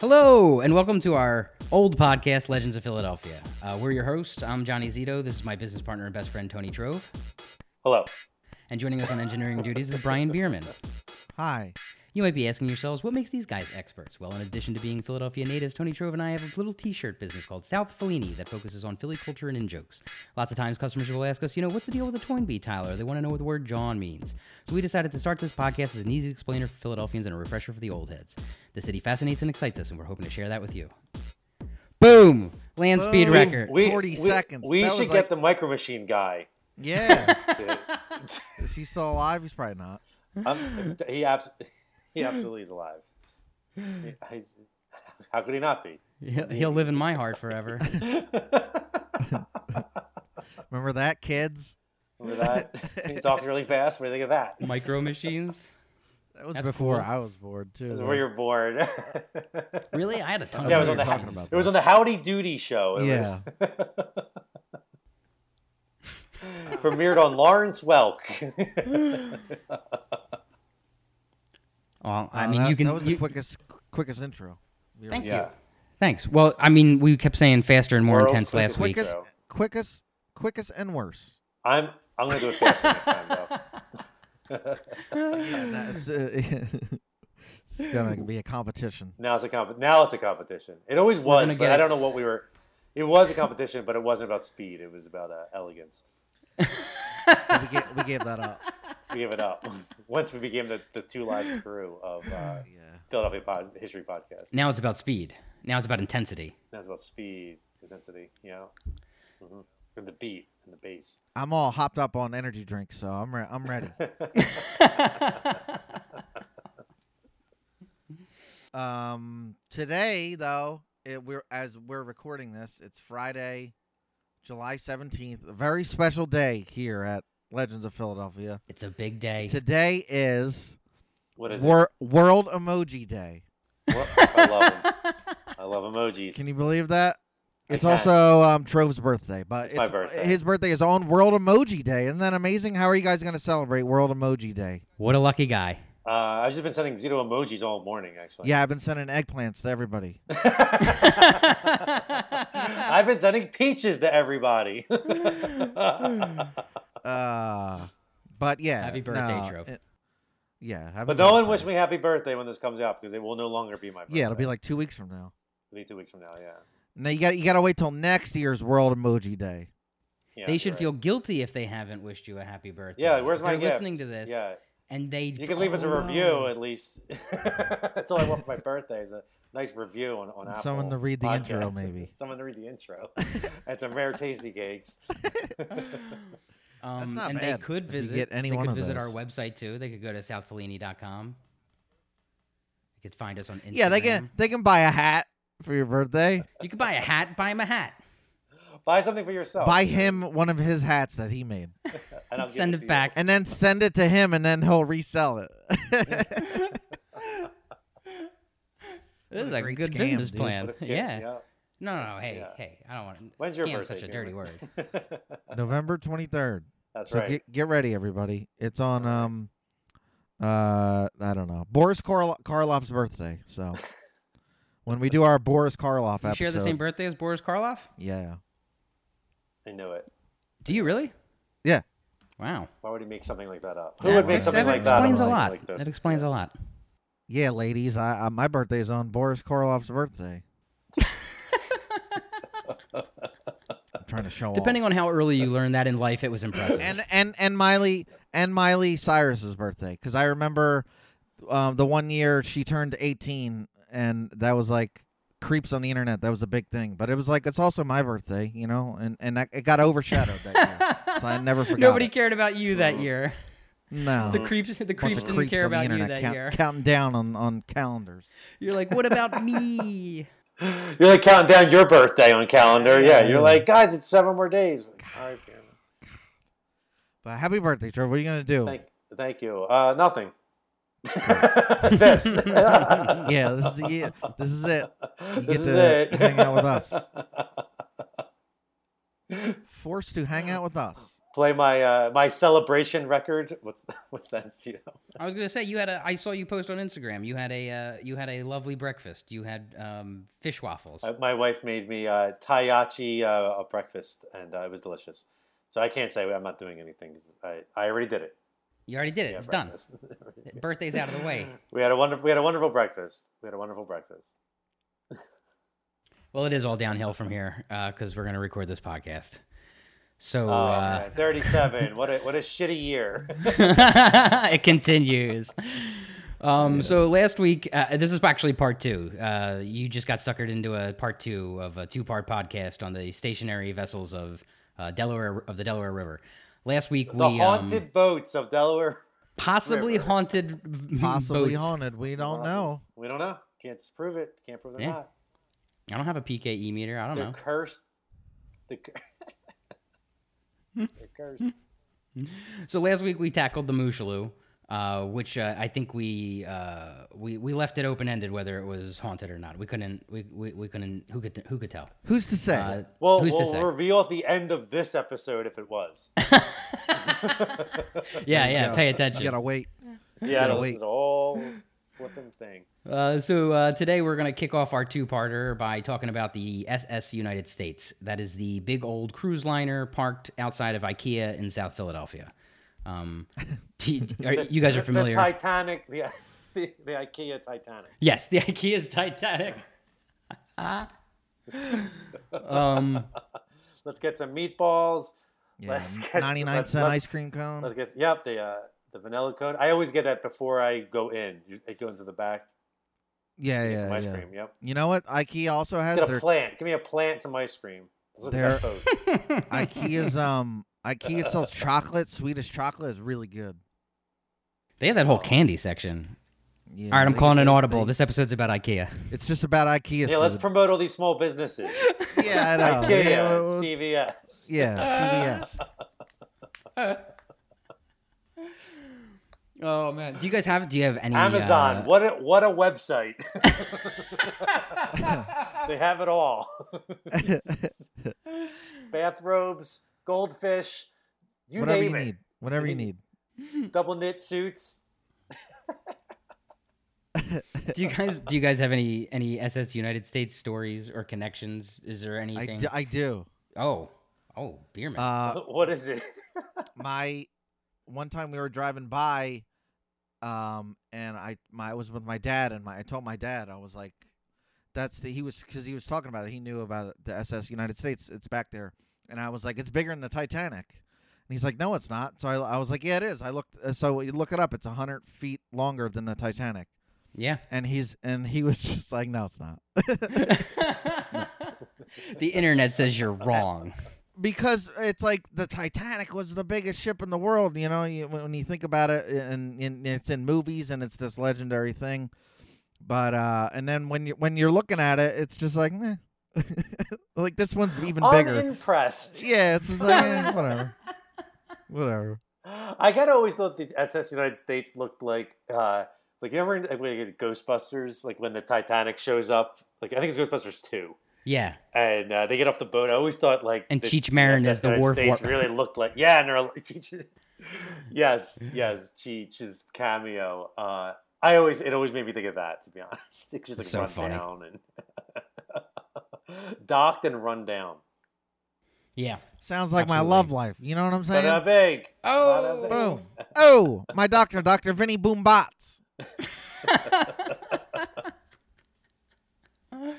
Hello, and welcome to our old podcast, Legends of Philadelphia. Uh, we're your hosts. I'm Johnny Zito. This is my business partner and best friend, Tony Trove. Hello. And joining us on engineering duties is Brian Bierman. Hi. You might be asking yourselves, what makes these guys experts? Well, in addition to being Philadelphia natives, Tony Trove and I have a little t shirt business called South Fellini that focuses on Philly culture and in jokes. Lots of times customers will ask us, you know, what's the deal with the Toynbee, Tyler? They want to know what the word John means. So we decided to start this podcast as an easy explainer for Philadelphians and a refresher for the old heads. The city fascinates and excites us, and we're hoping to share that with you. Boom! Land speed Boom. record. 40 seconds. We That should was get like- the micro machine guy. Yeah. to- Is he still alive? He's probably not. um, he, abs- he absolutely is alive. He- he's- how could he not be? He'll, he'll live in my heart forever. Remember that, kids? Remember that? he talks really fast. What do you think of that? Micro machines. That was That's before cool. I was bored too. Where you're bored. Really? I had a ton Yeah, it of was on What the are you talking about? it was on the Howdy Doody show. It Yeah. was premiered on Lawrence Welk. Well, I Uh, mean, that, you can. That was you- the quickest, quickest intro. We were- Thank Yeah. you. Thanks. Well, I mean, we kept saying faster and more World's intense last week. quickest, Intro. quickest, quickest, and worse. I'm I'm gonna do it faster next time though. And that's, uh, it's gonna be a competition. Now it's a comp- now it's a competition. It always was, gonna but get I it. don't know what we were. It was a competition, but it wasn't about speed. It was about uh, elegance. we, gave, we gave that up. We gave it up once we became the, the two live crew of uh, Yeah. Philadelphia pod- History Podcast. Now it's about speed. Now it's about intensity. Now it's about speed, intensity, you know, hmm and the beat and the bass. I'm all hopped up on energy drinks, so I'm re- I'm ready. um, today though, it, we're as we're recording this, it's Friday, July 17th, a very special day here at Legends of Philadelphia. It's a big day. Today is, What is Wor- World Emoji Day. it? Wor- I love 'em. I love emojis. Can you believe that? I It's can. also um, Trove's birthday, but It's my birthday. his birthday is on World Emoji Day. Isn't that amazing? How are you guys going to celebrate World Emoji Day? What a lucky guy. uh, I've just been sending zero emojis all morning, actually. Yeah, I've been sending eggplants to everybody. I've been sending peaches to everybody. Uh, but yeah, Happy birthday, no, Trove. it- yeah, happy But no one birthday. wish me happy birthday when this comes out because it will no longer be my birthday. Yeah, it'll be like two weeks from now. It'll be two weeks from now. Yeah. Now you got you got to wait till next year's World Emoji Day. yeah they you're should right. feel guilty if they haven't wished you a happy birthday. Yeah, where's If my They're gift? listening to this, Yeah, and they you can leave us a Oh, review at least. That's all I want for my birthday is a nice review on on And Apple. someone to read the intro, Podcasts. maybe. someone to read the intro and some rare tasty cakes. Um, That's not and bad they could if you visit. get any they one could of visit our those. website too. They could go to southfellini.com. They could find us on Instagram. Yeah, they can they can buy a hat for your birthday. You could buy a hat. Buy him a hat. Buy something for Oh, yourself. buy him one of his hats that he made, and I'll give Send it it to you. back. and then send it to him, and then he'll resell it. This a is a great good scam, business dude. plan. What a scam, Yeah. yeah. No, no, no. Hey, yeah. hey. I don't want. When's your scam's birthday, Such a dirty Cameron? word. November twenty third. That's so right. get get ready, everybody. It's on um, uh, I don't know Boris Karl- Karloff's birthday. So when we do our Boris Karloff You episode, share the same birthday as Boris Karloff? yeah, I knew it. Do you really? yeah. Wow. Why would he make something like that up? Who That would make ex- something that like that? up explains or a something lot. Like this? that explains a lot. Yeah, ladies, I, I my birthday is on Boris Karloff's birthday. I'm trying to show Depending off. on how early you learned that in life, it was impressive. and and and Miley and Miley Cyrus's birthday because I remember um, the one year she turned 18 and that was like creeps on the internet that was a big thing but it was like it's also my birthday you know and and that, it got overshadowed that year so I never forgot Nobody it. cared about you that year. no The creeps, the Bunch creeps of didn't creeps care on the about you internet that count- year. counting down on on calendars You're like, what about me? You're like counting down your birthday on calendar. Yeah, you're like, guys, it's seven more days. All right, Cameron. but happy birthday Trevor what are you gonna do Thank, thank you. Uh, nothing. this. yeah this is the year this is it you This get is to it. hang out with us forced to hang out with us play my uh, my celebration record. What's what's that? You know? I was gonna say you had a. I saw you post on Instagram. You had a. Uh, you had a lovely breakfast. You had um, fish waffles. Uh, My wife made me uh, taiyaki uh, a breakfast, and uh, it was delicious. So I can't say I'm not doing anything. 'cause I, I already did it. You already did it. Yeah, it's done. breakfast. Birthday's out of the way. we had a wonderful we had a wonderful breakfast. We had a wonderful breakfast. Well, it is all downhill from here because we're gonna record this podcast. So Oh, uh, man, 37. what a what a shitty year. it continues. Um, So last week, uh, this is actually part two. Uh, you just got suckered into a part two of a two-part podcast on the stationary vessels of uh, Delaware of the Delaware River. Last week The we haunted um, boats of Delaware. possibly river. haunted Possibly boats. haunted. We don't know. We don't know. Can't prove it. Can't prove they're Yeah. not. I don't have a PKE meter. I don't They're know. cursed. The cur- Hmm. they're cursed. So last week we tackled the Mushalu, uh, which uh, I think we uh, we we left it open ended whether it was haunted or not. We couldn't we, we, we couldn't who could who could tell. Who's to say? Uh, Well, who's to we'll say? reveal at the end of this episode if it was. Yeah, yeah. go. Pay you attention. gotta wait. Yeah, Gotta this wait. is all flipping thing. Uh, so uh, today we're going to kick off our two-parter by talking about the SS United States. That is the big old cruise liner parked outside of IKEA in South Philadelphia. Um, do you, are, you guys are The- familiar? The Titanic, the, the the IKEA Titanic. yes, the IKEA's Titanic. um, Let's get some meatballs. Yeah, Let's get some- 99 let's- cent let's- ice cream cone. Let's get yep the uh, the vanilla cone. I always get that before I go in. You, I go into the back. yeah, Get yeah, some yeah. ice cream. Yep. You know what? IKEA also has Get a their plant. Give me a plant. Some ice cream. Let's look at that photo. IKEA's um IKEA sells chocolate. Swedish chocolate is really good. they have that whole candy section. Yeah, All right, I'm they- calling an they- audible. they- this episode's about IKEA. It's just about IKEA. Yeah, let's food. promote all these small businesses. yeah, I know. IKEA, Oh, Yeah, well, CVS. yeah, CVS. Oh man, do you guys have? Do you have any Amazon. uh, What a what a website. they have it all. Bathrobes, goldfish, you Whatever name you it. need. Whatever you need. Double knit suits. do you guys do you guys have any any SS United States stories or connections? Is there I, anything? d- I do. oh, oh, beer man. Uh, what is it? my one time we were driving by, um, and I my I was with my dad, and my I told my dad I was like, that's the he was because he was talking about it. He knew about it, the SS United States. It's back there, and I was like, it's bigger than the Titanic. And he's like, no, it's not. So I, I was like, yeah, it is. I looked. uh, So you look it up. It's hundred feet longer than the Titanic. yeah. And he's and he was just like, no, it's not. the internet says you're wrong. because it's like the Titanic was the biggest ship in the world. You know, you, when you think about it, and, and it's in movies and it's this legendary thing. But uh, and then when you when you're looking at it, it's just like, meh. like this one's even bigger. Unimpressed. Yeah, it's just like eh, whatever, whatever. I kind of always thought the SS United States looked like, uh, like you remember in- like, when you get Ghostbusters, like when the Titanic shows up. Like I think it's Ghostbusters two, Yeah. and uh, they get off the boat. I always thought like And the Cheech Marin SS is the United wharf States wa- really looked like yeah, and they're like, Cheech. yes, yes, Cheech's cameo. Uh, I always it always made me think of that to be honest. It's just like So run funny. down and docked and run down. Yeah. Sounds like my Absolutely. love life. You know what I'm Not saying? that big. Not that Oh. big. Boom. Oh, my doctor, Doctor Vinny Boom Bots. Oh.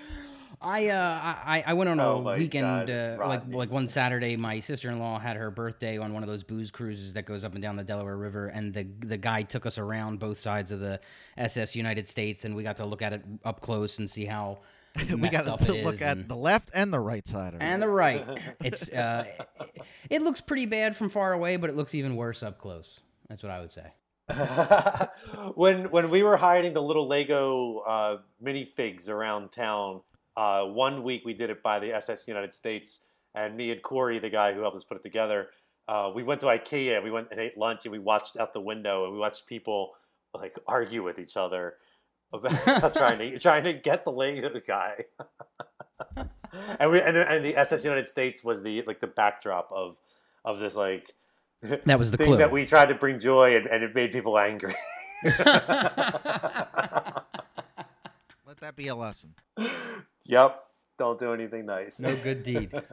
I uh I, I went on a Oh my weekend God, uh, like Rodney. like one Saturday my sister in law had her birthday on one of those booze cruises that goes up and down the Delaware River and the the guy took us around both sides of the SS United States and we got to look at it up close and see how We messed got up to it look is at and- the left and the right side of it. and the right. It's uh, it, it looks pretty bad from far away, but it looks even worse up close. That's what I would say. when when we were hiding the little Lego uh, minifigs around town, uh, one week we did it by the SS United States, and me and Corey, the guy who helped us put it together, uh, we went to IKEA. We went and ate lunch, and we watched out the window, and we watched people like argue with each other about trying to trying to get the Lego guy. and we and, and the SS United States was the like the backdrop of of this like That was the thing clue. that we tried to bring joy and, and it made people angry. Let that be a lesson. yep. Don't do anything nice. no good deed.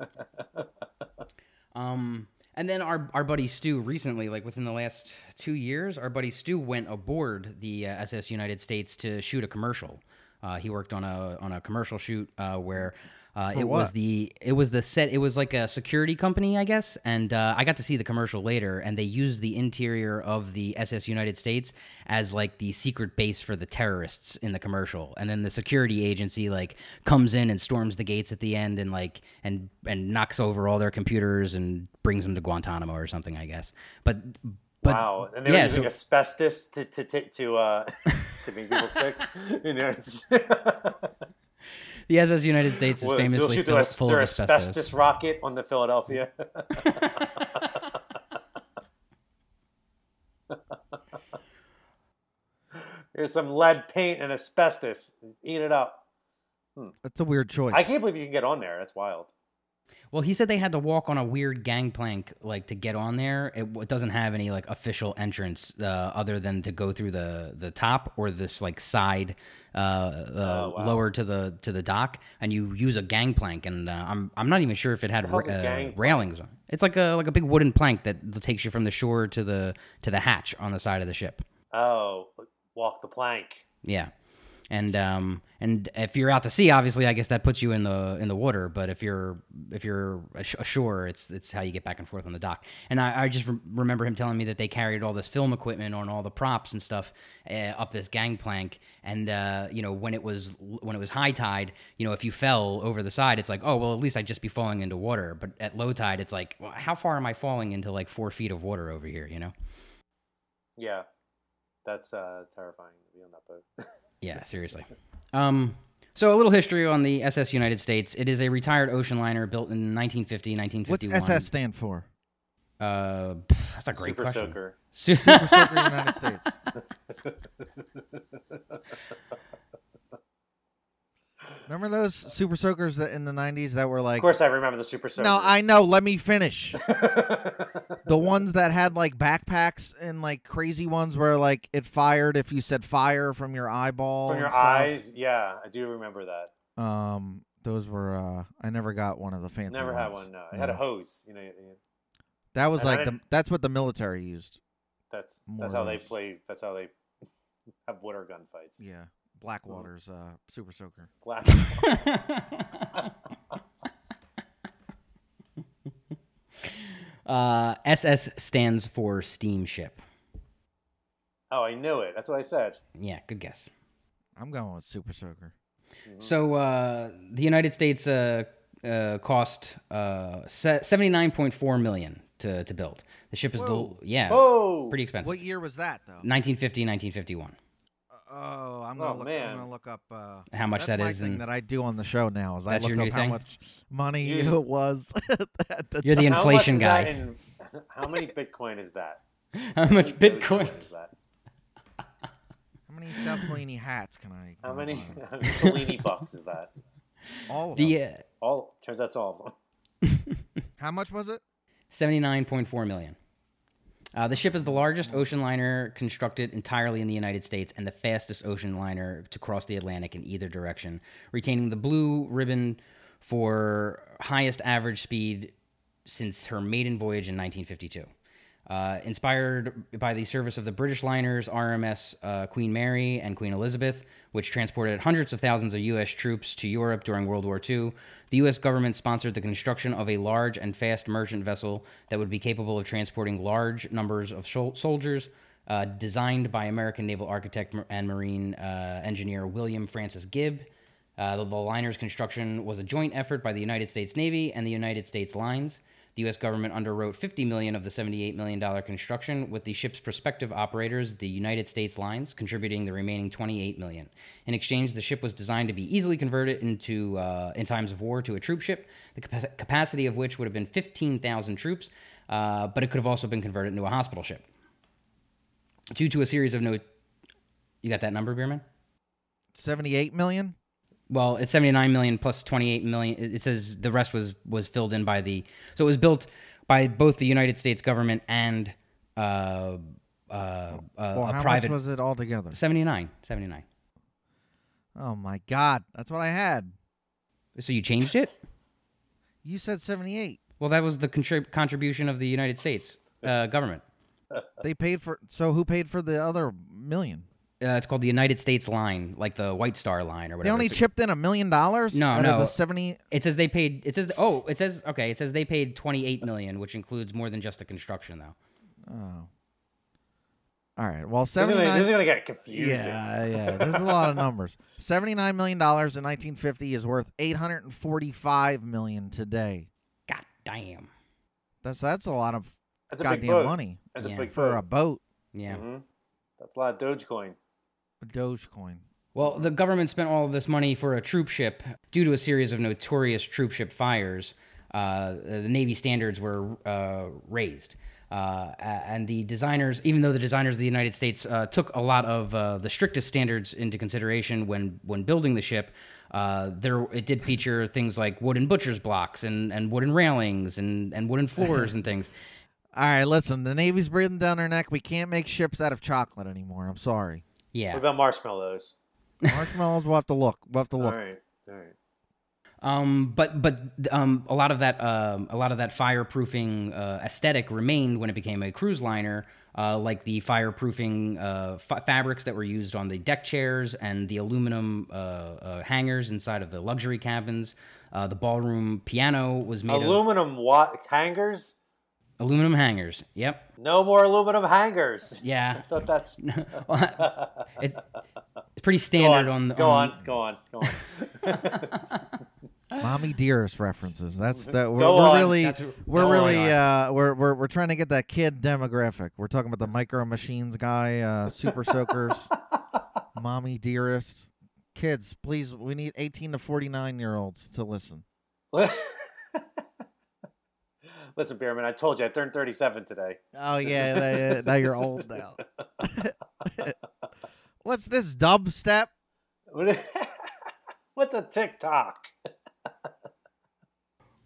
Um, and then our our buddy Stu recently, like within the last two years, our buddy Stu went aboard the uh, SS United States to shoot a commercial. Uh, he worked on a on a commercial shoot uh, where. Uh, it was what? the it was the set it was like a security company I guess and uh, I got to see the commercial later and they used the interior of the SS United States as like the secret base for the terrorists in the commercial and then the security agency like comes in and storms the gates at the end and like and and knocks over all their computers and brings them to Guantanamo or something I guess but but wow. And they yeah, were using so- asbestos to to to to, uh, to make people sick. You know, it's the SS United States is Well, they'll famously shoot full, their, full their of asbestos. asbestos. rocket on the Philadelphia. Here's some lead paint and asbestos. Eat it up. That's a weird choice. I can't believe you can get on there. That's wild. Well, he said they had to walk on a weird gangplank like to get on there. It, w- it doesn't have any like official entrance uh, other than to go through the the top or this like side uh, uh, Oh, wow. lower to the to the dock, and you use a gangplank. And uh, I'm I'm not even sure if it had hell's a ra- uh, gangplank? railings on. it. It's like a like a big wooden plank that l- takes you from the shore to the to the hatch on the side of the ship. Oh, walk the plank. Yeah. And um and if you're out to sea, obviously, I guess that puts you in the in the water. But if you're if you're ash- ashore, it's it's how you get back and forth on the dock. And I, I just rem remember him telling me that they carried all this film equipment on all the props and stuff uh, up this gangplank. And uh, you know when it was when it was high tide, you know if you fell over the side, it's like oh well at least I'd just be falling into water. But at low tide, it's like well, how far am I falling into like four feet of water over here? You know? Yeah, that's uh, terrifying to be on that boat. Yeah, seriously. Um, so a little history on the SS United States. It is a retired ocean liner built in 1950, What's 1951. SS stand for? Uh, pff, that's a great Super question. soaker. Su- Super Soaker United States. Remember those Super Soakers that in the '90s that were Of like? course, I remember the super soaker. No, I know. Let me finish. the ones that had like backpacks and like crazy ones where like it fired if you said fire from your eyeball. From and your stuff. eyes, yeah, I do remember that. Um, those were. uh I never got one of the fancy. Never ones. had one. No, it had a No. hose. You know, you- you- That was And I like the, didn't- that's what the military used. that's More that's how they hose. play. That's how they have water gun fights. Yeah, Blackwater's uh, Super Soaker. Black. uh, SS stands for steamship. Oh, I knew it. That's what I said. Yeah, good guess. I'm going with Super Soaker. Mm-hmm. So uh, the United States uh, uh, cost uh, se- 79.4 million to, to build. The ship is Whoa. the yeah Oh, pretty expensive. What year was that though? 1950, 1951. Oh, I'm Oh, gonna look. man. I'm gonna look up uh, How much that's that my is thing in- that I do on the show now is I That's look your up new how thing? much money You- it was. at the You're the time. How much inflation is that guy. in- how many Bitcoin is that? How much How many Bitcoin? is that? How many South Fellini hats can I? How can I many buy? how many Fellini bucks is that? All of them. The uh, All turns out it's all of them. How much was it? 79.4 million. Uh, the ship is the largest ocean liner constructed entirely in the United States and the fastest ocean liner to cross the Atlantic in either direction, retaining the blue ribbon for highest average speed since her maiden voyage in 1952. Uh, inspired by the service of the British liners RMS uh, Queen Mary and Queen Elizabeth, which transported hundreds of thousands of U.S. troops to Europe during World War II, the U.S. government sponsored the construction of a large and fast merchant vessel that would be capable of transporting large numbers of shol- soldiers. Uh, designed by American naval architect and marine uh, engineer William Francis Gibb, uh, the, the liner's construction was a joint effort by the United States Navy and the United States Lines. The U.S. government underwrote 50 million of the 78 million dollar construction, with the ship's prospective operators, the United States Lines, contributing the remaining 28 million. In exchange, the ship was designed to be easily converted into, uh, in times of war, to a troop ship, the capa- capacity of which would have been 15,000 troops, uh, but it could have also been converted into a hospital ship. Due to a series of no, you got that number, Beerman? Seventy-eight million. Well, it's 79 million plus 28 million. It it says the rest was was filled in by the so it was built by both the United States government and uh, uh, uh, Well, a how private. much was it all together? 79, 79. Oh my God, that's what I had. So you changed it? You said seventy-eight. Well, that was the contrib- contribution of the United States uh, government. They paid for. So who paid for the other million? Uh, it's called the United States line, like the White Star line or They whatever. only It's- chipped in a million dollars. No, out no. Of the seventy. It says they paid. It says oh, it says okay. It says they paid twenty eight million, which includes more than just the construction, though. Oh. All right. Well, This is, gonna, this seventy-nine. is gonna get confusing. Yeah, yeah. There's a lot of numbers. Seventy-nine million dollars in 1950 is worth 845 million today. God damn. That's that's a lot of That's a big goddamn boat. money That's Yeah. a big for a boat. boat. Yeah. Mhm. That's a lot of Dogecoin. Dogecoin. Well, the government spent all of this money for a troop ship due to a series of notorious troop ship fires. Uh, the Navy standards were uh, raised. Uh, a- and the designers, even though the designers of the United States uh, took a lot of uh, the strictest standards into consideration when, when building the ship, uh, there it did feature things like wooden butcher's blocks and, and wooden railings and, and wooden floors and things. All right, listen. The Navy's breathing down their neck. We can't make ships out of chocolate anymore. I'm sorry. Yeah. What about marshmallows? Marshmallows. we'll have to look. We'll have to All look. right, all right. Um, but but um, a lot of that um, a lot of that fireproofing uh, aesthetic remained when it became a cruise liner, uh, like the fireproofing uh, fa- fabrics that were used on the deck chairs and the aluminum uh, uh, hangers inside of the luxury cabins. Uh, the ballroom piano was made of Aluminum wa- hangers? aluminum hangers. Yep. No more aluminum hangers. Yeah. I thought that's go it, it's pretty on, standard on, the go on, go on, go on. Mommy dearest references. That's that. We're, Go we're on. really, That's- we're that's really, going uh, we're, we're we're trying to get that kid demographic. We're talking about the micro machines guy, uh, super soakers, mommy dearest kids. Please, we need eighteen to forty nine year olds to listen. Listen, Beerman, I told you I turned 37 today. Oh yeah, that- now you're old now. What's this dubstep? What's a TikTok?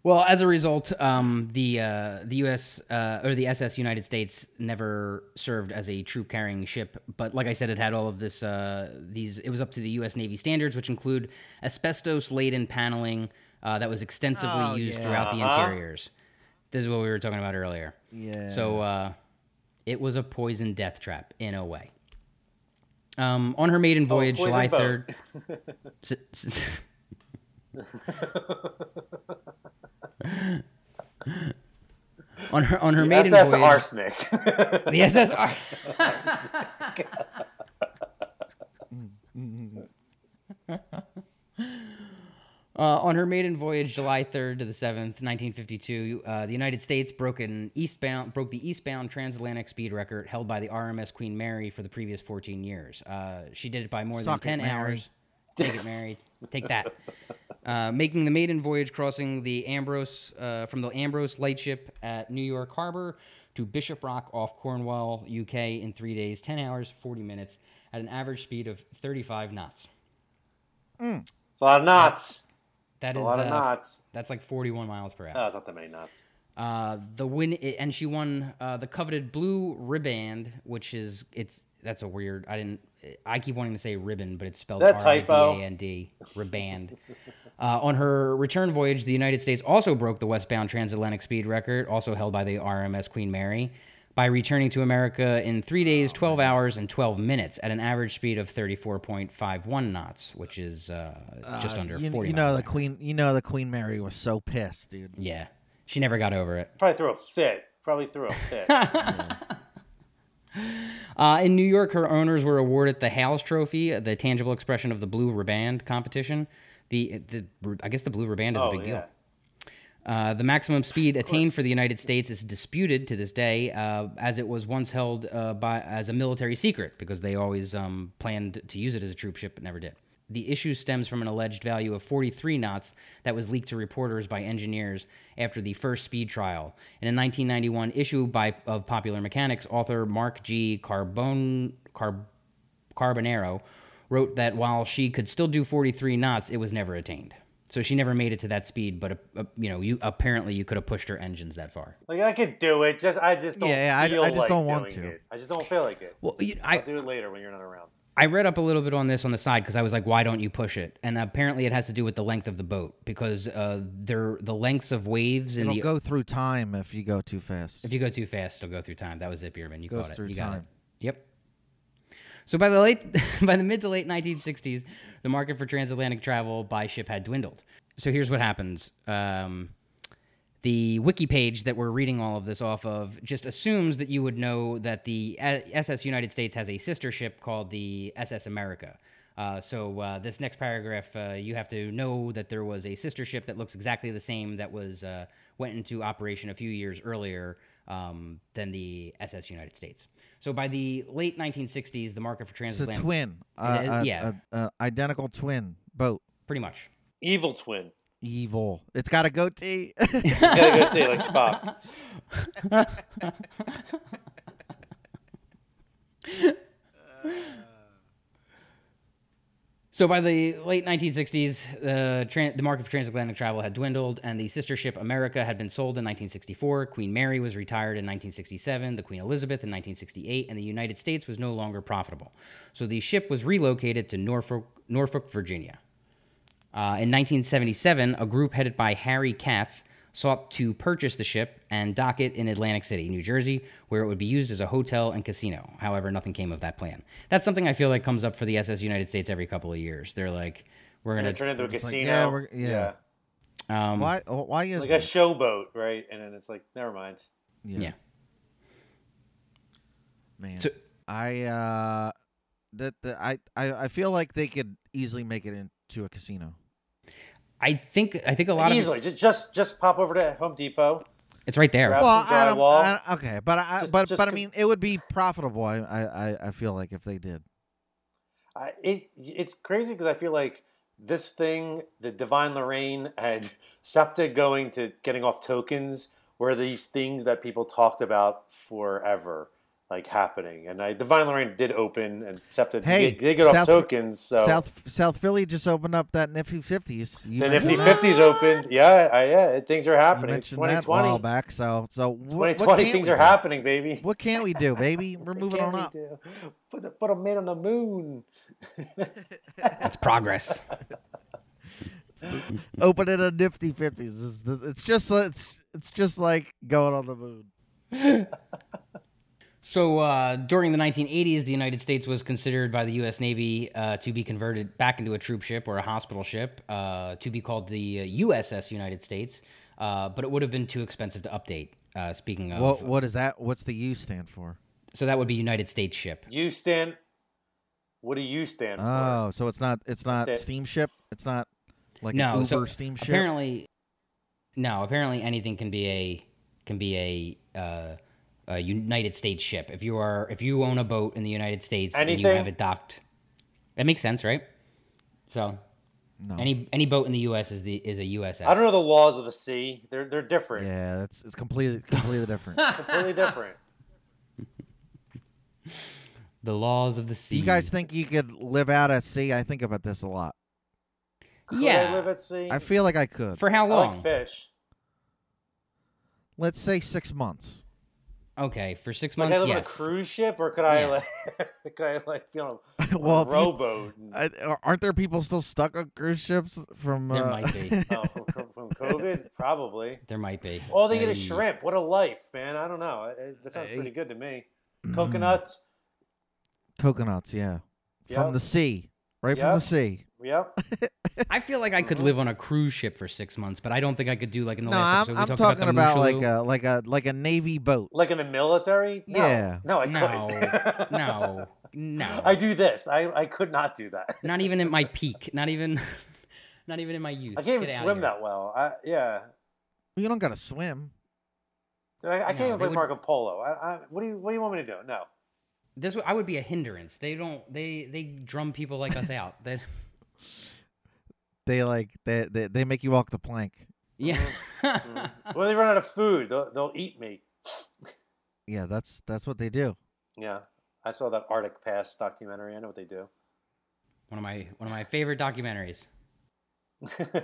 Well, as a result, um, the uh, the U.S. Uh, or the SS United States never served as a troop carrying ship, but like I said, it had all of this. Uh, these it was up to the U.S. Navy standards, which include asbestos laden paneling uh, that was extensively Oh, used yeah. throughout the Uh-huh. interiors. This is what we were talking about earlier. Yeah. So uh, it was a poison death trap in a way. Um, on her maiden voyage, Oh, poison July boat. third. S- s- on her on her maiden SS voyage, arsenic. the SSR. Uh, on her maiden voyage, July 3rd to the 7th, 1952, uh, the United States broke an eastbound broke the eastbound transatlantic speed record held by the RMS Queen Mary for the previous 14 years. Uh, she did it by more Suck it, than 10 Mary. hours. Take it, Mary. Take that. Uh, making the maiden voyage crossing the Ambrose uh, from the Ambrose lightship at New York Harbor to Bishop Rock off Cornwall, UK, in three days, 10 hours, 40 minutes, at an average speed of 35 knots. It's a lot of knots. That is A lot of uh, knots. That's like 41 miles per hour. Oh, it's not that many knots. Uh, the win, and she won uh, the coveted blue riband, which is it's that's a weird. I didn't. I keep wanting to say ribbon, but it's spelled R That I B typo. A N D riband. uh, on her return voyage, the United States also broke the westbound transatlantic speed record, also held by the RMS Queen Mary, by returning to America in three days, Oh, twelve hours, and twelve minutes at an average speed of thirty-four point five one knots, which is uh, just Uh, under you, forty. you miles an know the hour. queen. You know the Queen Mary was so pissed, dude. yeah, she never got over it. Probably threw a fit. Probably threw a fit. Uh, in New York, her owners were awarded the Hales Trophy, the tangible expression of the blue riband competition. The, the I guess the blue riband is oh, a big yeah. deal. Uh, the maximum speed attained for the United States is disputed to this day, uh, as it was once held uh, by as a military secret because they always um, planned to use it as a troop ship but never did. The issue stems from an alleged value of 43 knots that was leaked to reporters by engineers after the first speed trial. In a 1991 issue by of Popular Mechanics, author Mark G. Carbone Car, Carbonero wrote that while she could still do 43 knots, it was never attained. So she never made it to that speed, but uh, you know, you apparently you could have pushed her engines that far. Like I could do it. Just I just don't Yeah, yeah, I- feel I just like don't want doing to. it. I just don't feel like it. Well, you- I'll I do it later when you're not around. I read up a little bit on this on the side because I was like, why don't you push it? And apparently, it has to do with the length of the boat because uh, they're the lengths of waves in It'll the go through time if you go too fast. If you go too fast, it'll go through time. That was it, Bierman. You Goes caught it. through You got it. time. Yep. So by the late, by the mid to late 1960s, the market for transatlantic travel by ship had dwindled. So here's what happens. Um, the wiki page that we're reading all of this off of just assumes that you would know that the A- SS United States has a sister ship called the SS America. Uh, so uh, this next paragraph, uh, you have to know that there was a sister ship that looks exactly the same that was uh, went into operation a few years earlier um, than the SS United States. So by the late 1960s, the market for It's a transatlantic, twin. is- Uh, yeah. A, a, a identical twin boat. pretty much. Evil twin. Evil. It's got a goatee. He's got a good too, like Spock. So by the late 1960s, the tran- the market for transatlantic travel had dwindled, and the sister ship America had been sold in 1964. Queen Mary was retired in 1967, the Queen Elizabeth in 1968, and the United States was no longer profitable. So the ship was relocated to Norfolk, Norfolk, Virginia. Uh, in 1977, a group headed by Harry Katz sought to purchase the ship and dock it in Atlantic City, New Jersey, where it would be used as a hotel and casino. However, nothing came of that plan. That's something I feel like comes up for the SS United States every couple of years. They're like, we're And gonna it turned into a It's like, casino. yeah, we're- yeah. um, why? oh, Why is Like a that? showboat, right? And then it's like, never mind. Yeah. man. So- I uh, that the, I, I I feel like they could easily make it into a casino. I think I think a lot Easily. Just just just pop over to Home Depot. of it's right there. Grab well, some I don't, drywall. I don't- okay, but I Just- but just but I con- mean, it would be profitable. I I I- I feel like if they did. I, it, it's crazy because I feel like this thing, the Divine Lorraine and SEPTA going to getting off tokens were these things that people talked about forever, like happening. And I, Divine Lorraine did open and SEPTA Hey, did, did get off South- tokens. So South South Philly just opened up that nifty fifties. the Nifty 50s opened. Yeah, I, yeah, things are You happening. It's mentioned that a while 2020. back. So so wh- what, 2020 can't things we are do? happening, baby. What can't we do, baby? We're What moving can on we up. do? Put, a- put a man on the moon. That's progress. Open it a nifty fifties. It's, it's just it's it's just like going on the moon. So uh, during the 1980s, the United States was considered by the U.S. Navy uh, to be converted back into a troop ship or a hospital ship uh, to be called the uh, USS United States, uh, but it would have been too expensive to update. Uh, speaking of, What what is that? What's the U stand for? so that would be United States ship. You stand. What do you stand for? Oh, so it's not it's not it. steamship. It's not like no, an Uber so steamship. apparently, no, apparently anything can be a can be a, uh, a United States ship. If you are if you own a boat in the United States and you Anything? have it docked, that makes sense, right? So no. Oh. Any any boat in the U.S. is the is a USS. I don't know the laws of the sea. They're they're different. yeah, that's it's completely completely different. Completely different. the laws of the sea. Do you guys think you could live out at sea? I think about this a lot. Could Yeah. I live at sea? I feel like I could. for how I long? like fish. Let's say six months. okay, for six Like months. I live on a yes. cruise ship, or could Yeah. I like could I like be on a, on Well, a if you- rowboat? and- I, aren't there people still stuck on cruise ships from? There uh, might be. oh, from, co- from COVID, probably. There might be. Oh, they get Hey. a shrimp. What a life, man! I don't know. It- it- That sounds pretty good to me. Mm. Coconuts. coconuts, yeah, from Yep. the sea, right from the Yep. sea. Yep. I feel like I could Mm-hmm. live on a cruise ship for six months, but I don't think I could do like in the No, last I'm, episode I'm we talked talking about, about, the like Mooshaloo. a like a like a navy boat. Like in the military? No. Yeah. No, I No, couldn't. uh, no, no. I do this. I I could not do that. not even at my peak. Not even. Not even in my youth. I can't even Get out of swim here. that well. I, yeah. You don't gotta swim. Dude, I, I No, can't even they play would- Marco Polo. I, I, what do you What do you want me to do? No. This would- I would be a hindrance. They don't. They they drum people like us out. That They like they, they they make you walk the plank. yeah. Mm-hmm. when they run out of food, they'll, they'll eat me. Yeah, that's that's what they do. Yeah, I saw that Arctic Pass documentary. I know what they do. one of my one of my favorite documentaries. The,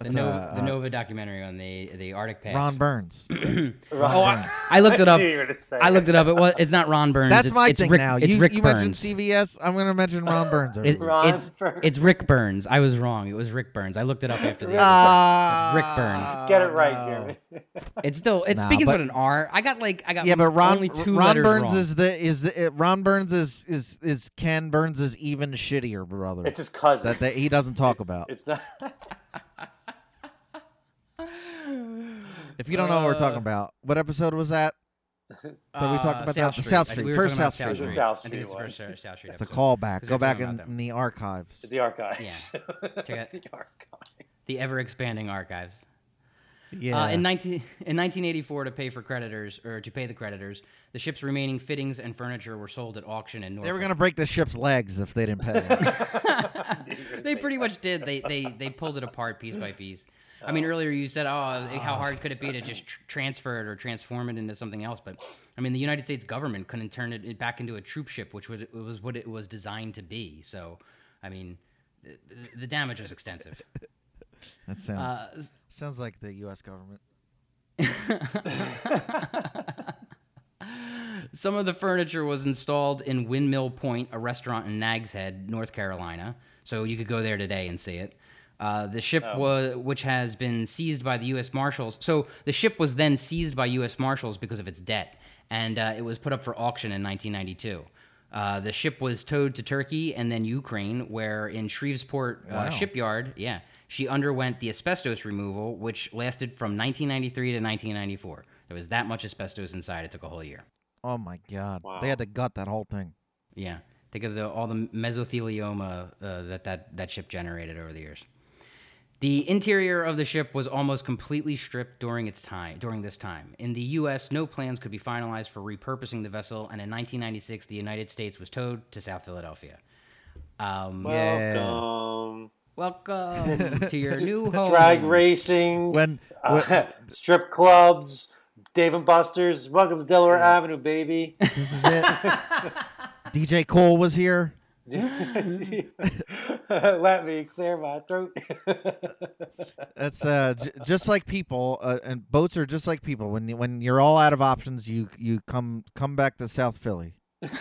That's, Nova, uh, the uh, Nova documentary on the the Arctic Pass. Ron Burns. Oh, I, I looked it up. knew you were gonna say I looked it up. It was, it's not Ron Burns. That's it's, my it's thing Rick, now. It's you Rick you mentioned Burns. CVS. I'm going to mention Ron Burns. over It- here. Ron it's- Burns. It's Rick Burns. I was wrong. It was Rick Burns. I looked it up after this. Ah, Rick Burns. Get it right, no. Jeremy. It's still it Nah, begins but- with an R. I got like I got Yeah, but Ron only two Ron letters Burns wrong. is the is the uh, Ron Burns is is is Ken Burns' is even shittier brother It's his cousin. that, that he doesn't talk about. it's not. If you don't know what we're Uh, talking about, what episode was that? that we talked Uh, South about the- the Street. South I think Street. we were First talking about South Street. South I think it's the Street first South South Street. It's a episode. callback. 'Cause Go we're back talking in, about in the archives. The archives. Yeah. Check the archives. The ever expanding archives. Yeah. Uh, in, 19, in 1984, to pay for creditors or to pay the creditors, the ship's remaining fittings and furniture were sold at auction in Norfolk. they were gonna break the ship's legs if they didn't pay. they pretty much did. They they they pulled it apart piece by piece. I mean, earlier you said, "Oh, how hard could it be to just tr- transfer it or transform it into something else?" But I mean, the United States government couldn't turn it back into a troop ship, which was, was what it was designed to be. So, I mean, the, the damage was extensive. that sounds Uh, sounds like the U.S. government. Some of the furniture was installed in Windmill Point, a restaurant in Nags Head, North Carolina. So you could go there today and see it. Uh, the ship was, which has been seized by the U.S. Marshals. So the ship was then seized by U.S. Marshals because of its debt, and uh, it was put up for auction in 1992. Uh, the ship was towed to Turkey and then Ukraine, where in Shreveport uh, Wow. shipyard, yeah, she underwent the asbestos removal, which lasted from 1993 to 1994. There was that much asbestos inside; it took a whole year. Oh my God! They had to gut that whole thing. Yeah, think of the all the mesothelioma uh, that that that ship generated over the years. The interior of the ship was almost completely stripped during its time during this time. In the US, no plans could be finalized for repurposing the vessel and in 1996 the United States was towed to South Philadelphia. Um, Welcome. welcome to your new home. Drag racing. When, uh, when strip clubs. Dave and Buster's. Welcome to Delaware Avenue, baby. this is it, DJ Cole was here. Let me clear my throat. That's uh, j- just like people, uh, and boats are just like people. When you- when you're all out of options, you you come come back to South Philly. there's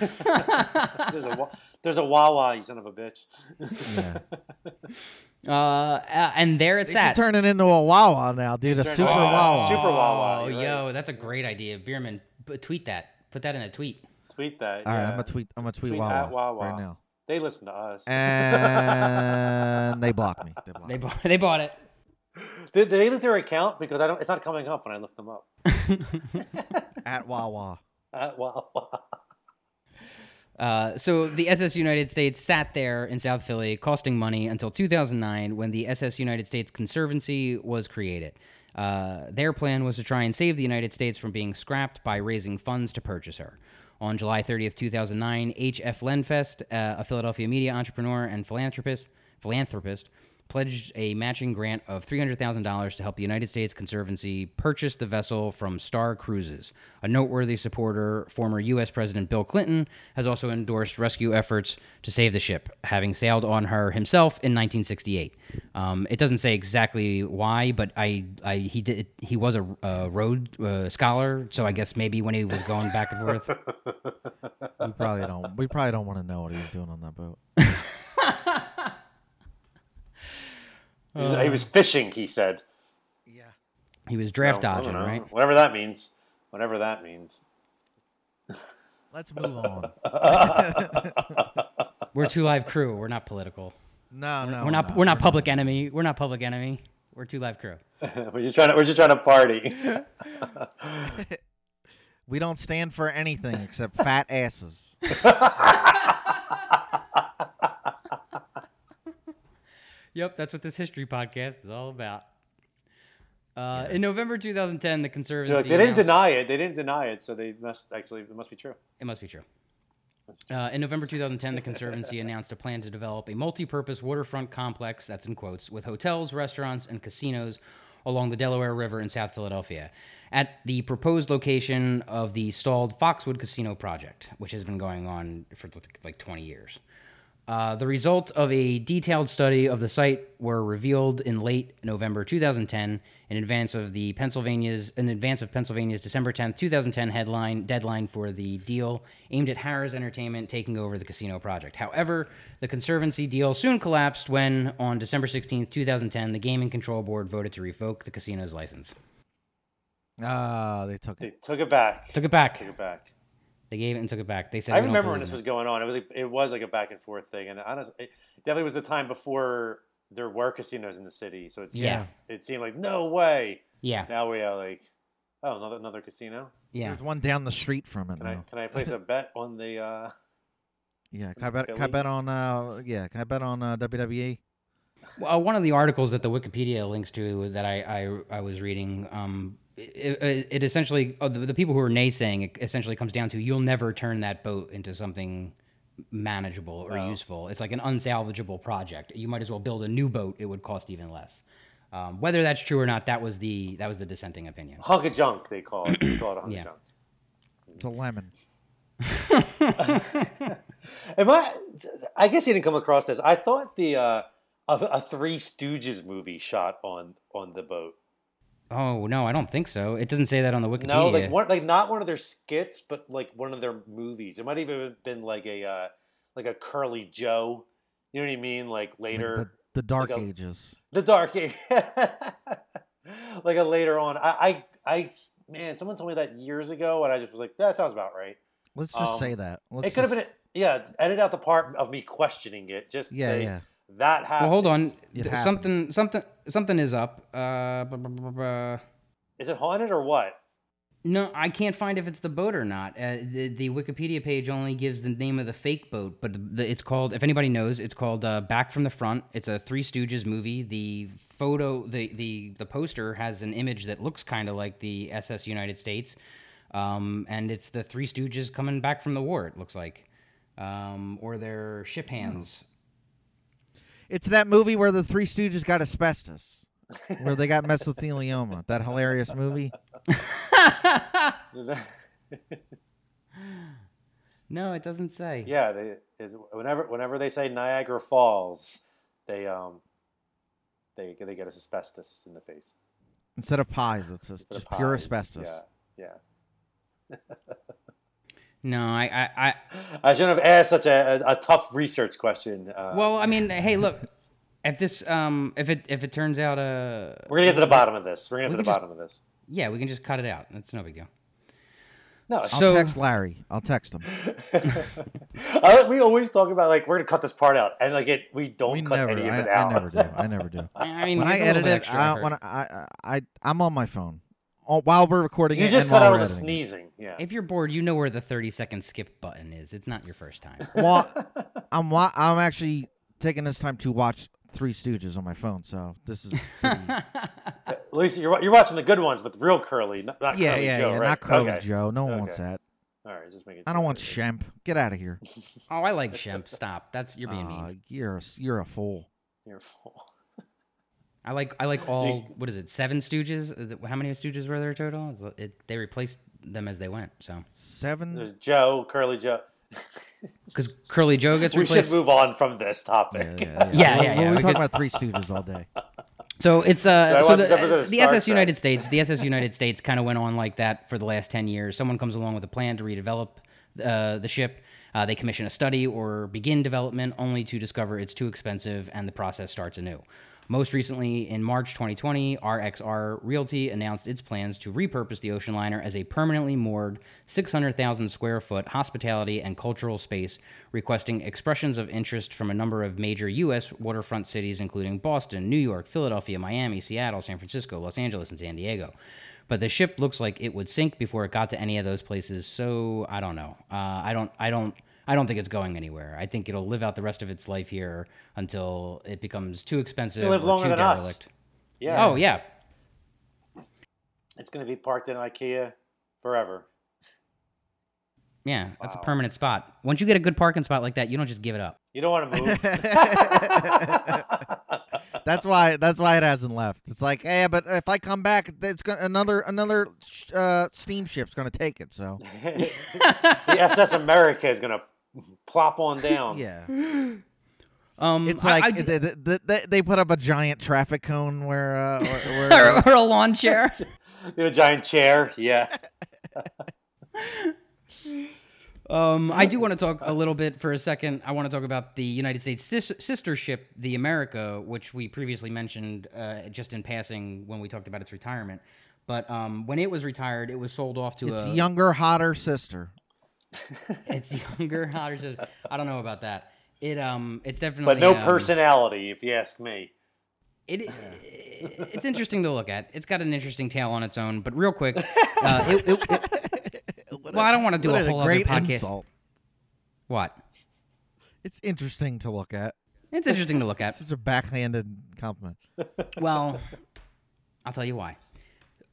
a wa- there's a Wawa, you son of a bitch. Yeah, Uh, uh, and there it's they should at. turn it into a Wawa now, dude. A Turn- super oh, Wawa. Super Wawa. Oh, you're right. yo, that's a great idea. Bierman, p- tweet that. Put that in a tweet. Tweet that. All right, yeah. I'm gonna tweet. I'm gonna tweet, Tweet Wawa, at Wawa. right now, They listen to us. and they block me. They block. They me. bought, they bought it. Did they delete their account? Because I don't. It's not coming up when I look them up. At Wawa. At Wawa. Uh, so the SS United States sat there in South Philly, costing money until 2009 when the SS United States Conservancy was created. Uh, their plan was to try and save the United States from being scrapped by raising funds to purchase her. On July 30th, 2009, H.F. Lenfest, uh, a Philadelphia media entrepreneur and philanthropist, philanthropist, pledged a matching grant of $300,000 to help the United States Conservancy purchase the vessel from Star Cruises. A noteworthy supporter, former U.S. President Bill Clinton, has also endorsed rescue efforts to save the ship, having sailed on her himself in 1968. Um, it doesn't say exactly why, but I, I he did he was a, a Rhodes uh, scholar, so I guess maybe when he was going back and forth. We probably don't. We probably don't want to know what he was doing on that boat. He was- he was fishing. He said. Yeah. He was So, I draft don't dodging, know. right? Whatever that means. Whatever that means. Let's move on. We're two live crew. We're not political. No, no, we're not. no, We're not public enemy. We're not public enemy. We're two live crew. we're just trying to. We're just trying to party. We don't stand for anything except fat asses. Yep, that's what this history podcast is all about. Uh, In November 2010, the Conservancy. They're like, they didn't announced- deny it. They didn't deny it. So they must actually. It must be true. It must be true. Uh, in November 2010, the Conservancy announced a plan to develop a multi purpose waterfront complex, that's in quotes, with hotels, restaurants, and casinos along the Delaware River in South Philadelphia at the proposed location of the stalled Foxwood Casino project, which has been going on for like 20 years. Uh, the result of a detailed study of the site were revealed in late November 2010, in advance of the Pennsylvania's in advance of Pennsylvania's December 10th, 2010 headline deadline for the deal aimed at Harrah's Entertainment taking over the casino project. However, the conservancy deal soon collapsed when, on December 16th, 2010, the Gaming Control Board voted to revoke the casino's license. Ah, they took it. They took it back. Took it back. Took it back. They gave it and took it back. They said. I "We don't remember believe in when this it." was going on. It was like, it was like a back and forth thing, and honestly, it definitely was the time before there were casinos in the city. So it seemed, Yeah. it seemed like no way. Yeah. Now we are like, oh, another another casino. Yeah. There's one down the street from it Can now. I can I place a bet on the? Uh, Yeah, can I bet? Can I Phillies? bet on? Uh, yeah, can I bet on uh, WWE? Well, one of the articles that the Wikipedia links to that I I, I was reading, um, it, it, it essentially oh, the, the people who are naysaying it essentially comes down to you'll never turn that boat into something manageable or Oh. useful. It's like an unsalvageable project. You might as well build a new boat. It would cost even less. Um, whether that's true or not, that was the that was the dissenting opinion. hunk of junk they call it. They call it a hunk Yeah. of junk. It's a lemon. Am I? I guess you didn't come across this. I thought the uh, a, a Three Stooges movie shot on on the boat. Oh no, I don't think so. It doesn't say that on the Wikipedia. No, like one, like not one of their skits, but like one of their movies. It might even have been like a uh, like a Curly Joe. You know what I mean? Like Like the, later, the Dark like a- Ages. the Dark Age. like a later on. I, I I man, someone told me that years ago, and I just was like, that sounds about right. Let's just Um, say that. Let's it could have been just- yeah. Edit out the part of me questioning it. Just Yeah, say, yeah. That happened. well, hold on. It Th- happened. Something something something is up. Uh, bu- bu- bu- bu- Is it haunted or what? No, I can't find if it's the boat or not. Uh, the, the Wikipedia page only gives the name of the fake boat, but the, the, it's called. If anybody knows, it's called uh, "Back from the Front." It's a Three Stooges movie. The photo, the the the poster has an image that looks kind of like the SS United States, um, and it's the Three Stooges coming back from the war. It looks like, um, or their ship hands. It's that movie where the Three Stooges got asbestos, where they got mesothelioma. That hilarious movie. No, it doesn't say. yeah, they, it, whenever whenever they say Niagara Falls, they um they they get asbestos in the face. Instead of pies, it's just, Instead of just pure pies. asbestos. Yeah, No, I, I, I yeah. I shouldn't have asked such a, a, a tough research question. Uh, Well, I mean, hey, look, if this, um, if it, if it turns out, uh, we're gonna get to the bottom of this. We're gonna we get to the can just- bottom of this. yeah, we can just cut it out. That's no big deal. No, it's- I'll So- text Larry. I'll text him. I- we always talk about like we're gonna cut this part out, and like it, we don't We cut never. any of I, it I out. never do. I never do. I- I mean, when I it's a little edit bit it, extra I, effort. when I, I, I, I'm on my phone. Oh, while we're recording you it, just and cut while out we're all the editing it. sneezing. Yeah, if you're bored, you know where the 30 second skip button is. It's not your first time. Well, I'm, wa- I'm actually taking this time to watch Three Stooges on my phone. So this is. pretty- at least you're wa- you're watching the good ones with real curly, not, not yeah, curly yeah, Joe, yeah. right? Not Curly Okay. Joe. No one wants Okay. that. All right, just making. I sure. don't want Shemp. Get out of here. oh, I like Shemp. Stop. That's you're being Aw, mean. Uh, you're a, s- you're a fool. You're full. I like I like all what is it? Seven Stooges. Uh, th- How many Stooges were there total? It's- it- they replaced them as they went. So Seven. There's Joe, Curly Joe. because Curly Joe gets We replaced. should move on from this topic. Yeah, yeah, Yeah, We'll- yeah, we'll yeah, be we talking could- about Three Stooges all day. So it's Should I uh, so watch the, this episode of the Star SS Trek? United States, the SS United States kind of went on like that for the last ten years. Someone comes along with a plan to redevelop uh, the ship. Uh, they commission a study or begin development, only to discover it's too expensive, and the process starts anew. Most recently, in March 2020, RXR Realty announced its plans to repurpose the ocean liner as a permanently moored 600,000 square foot hospitality and cultural space, requesting expressions of interest from a number of major U.S. waterfront cities, including Boston, New York, Philadelphia, Miami, Seattle, San Francisco, Los Angeles, and San Diego. But the ship looks like it would sink before it got to any of those places, so I don't know. Uh, I don't. I don't. I don't think it's going anywhere. I think it'll live out the rest of its life here until it becomes too expensive. It'll live or longer too than us. derelict. Yeah. Oh yeah. It's going to be parked in IKEA forever. Yeah, that's a Wow. permanent spot. Once you get a good parking spot like that, you don't just give it up. You don't want to move. That's why. That's why it hasn't left. It's like, hey, but if I come back, it's gonna another another sh- uh, steamship's gonna take it. So the SS America is going to plop on down. yeah, Um, It's Mm-hmm. I- like I d- they, they, they, they put up a giant traffic cone where, uh, where, where or, or a lawn chair. You have a giant chair. Yeah. Um, I do want to talk a little bit for a second. I want to talk about the United States sis- sister ship, the America, which we previously mentioned uh, just in passing when we talked about its retirement. But um, when it was retired, it was sold off to it's a younger, hotter sister. it's younger, hotter sister. I don't know about that. It um, it's definitely But no um, personality, if you ask me. It, it's interesting to look at. It's got an interesting tale on its own. But real quick, uh, it, it, it- What well, I don't want to do what a a whole great other podcast. insult. What? It's interesting to look at. It's interesting to look at. Such a backhanded compliment. Well, I'll tell you why.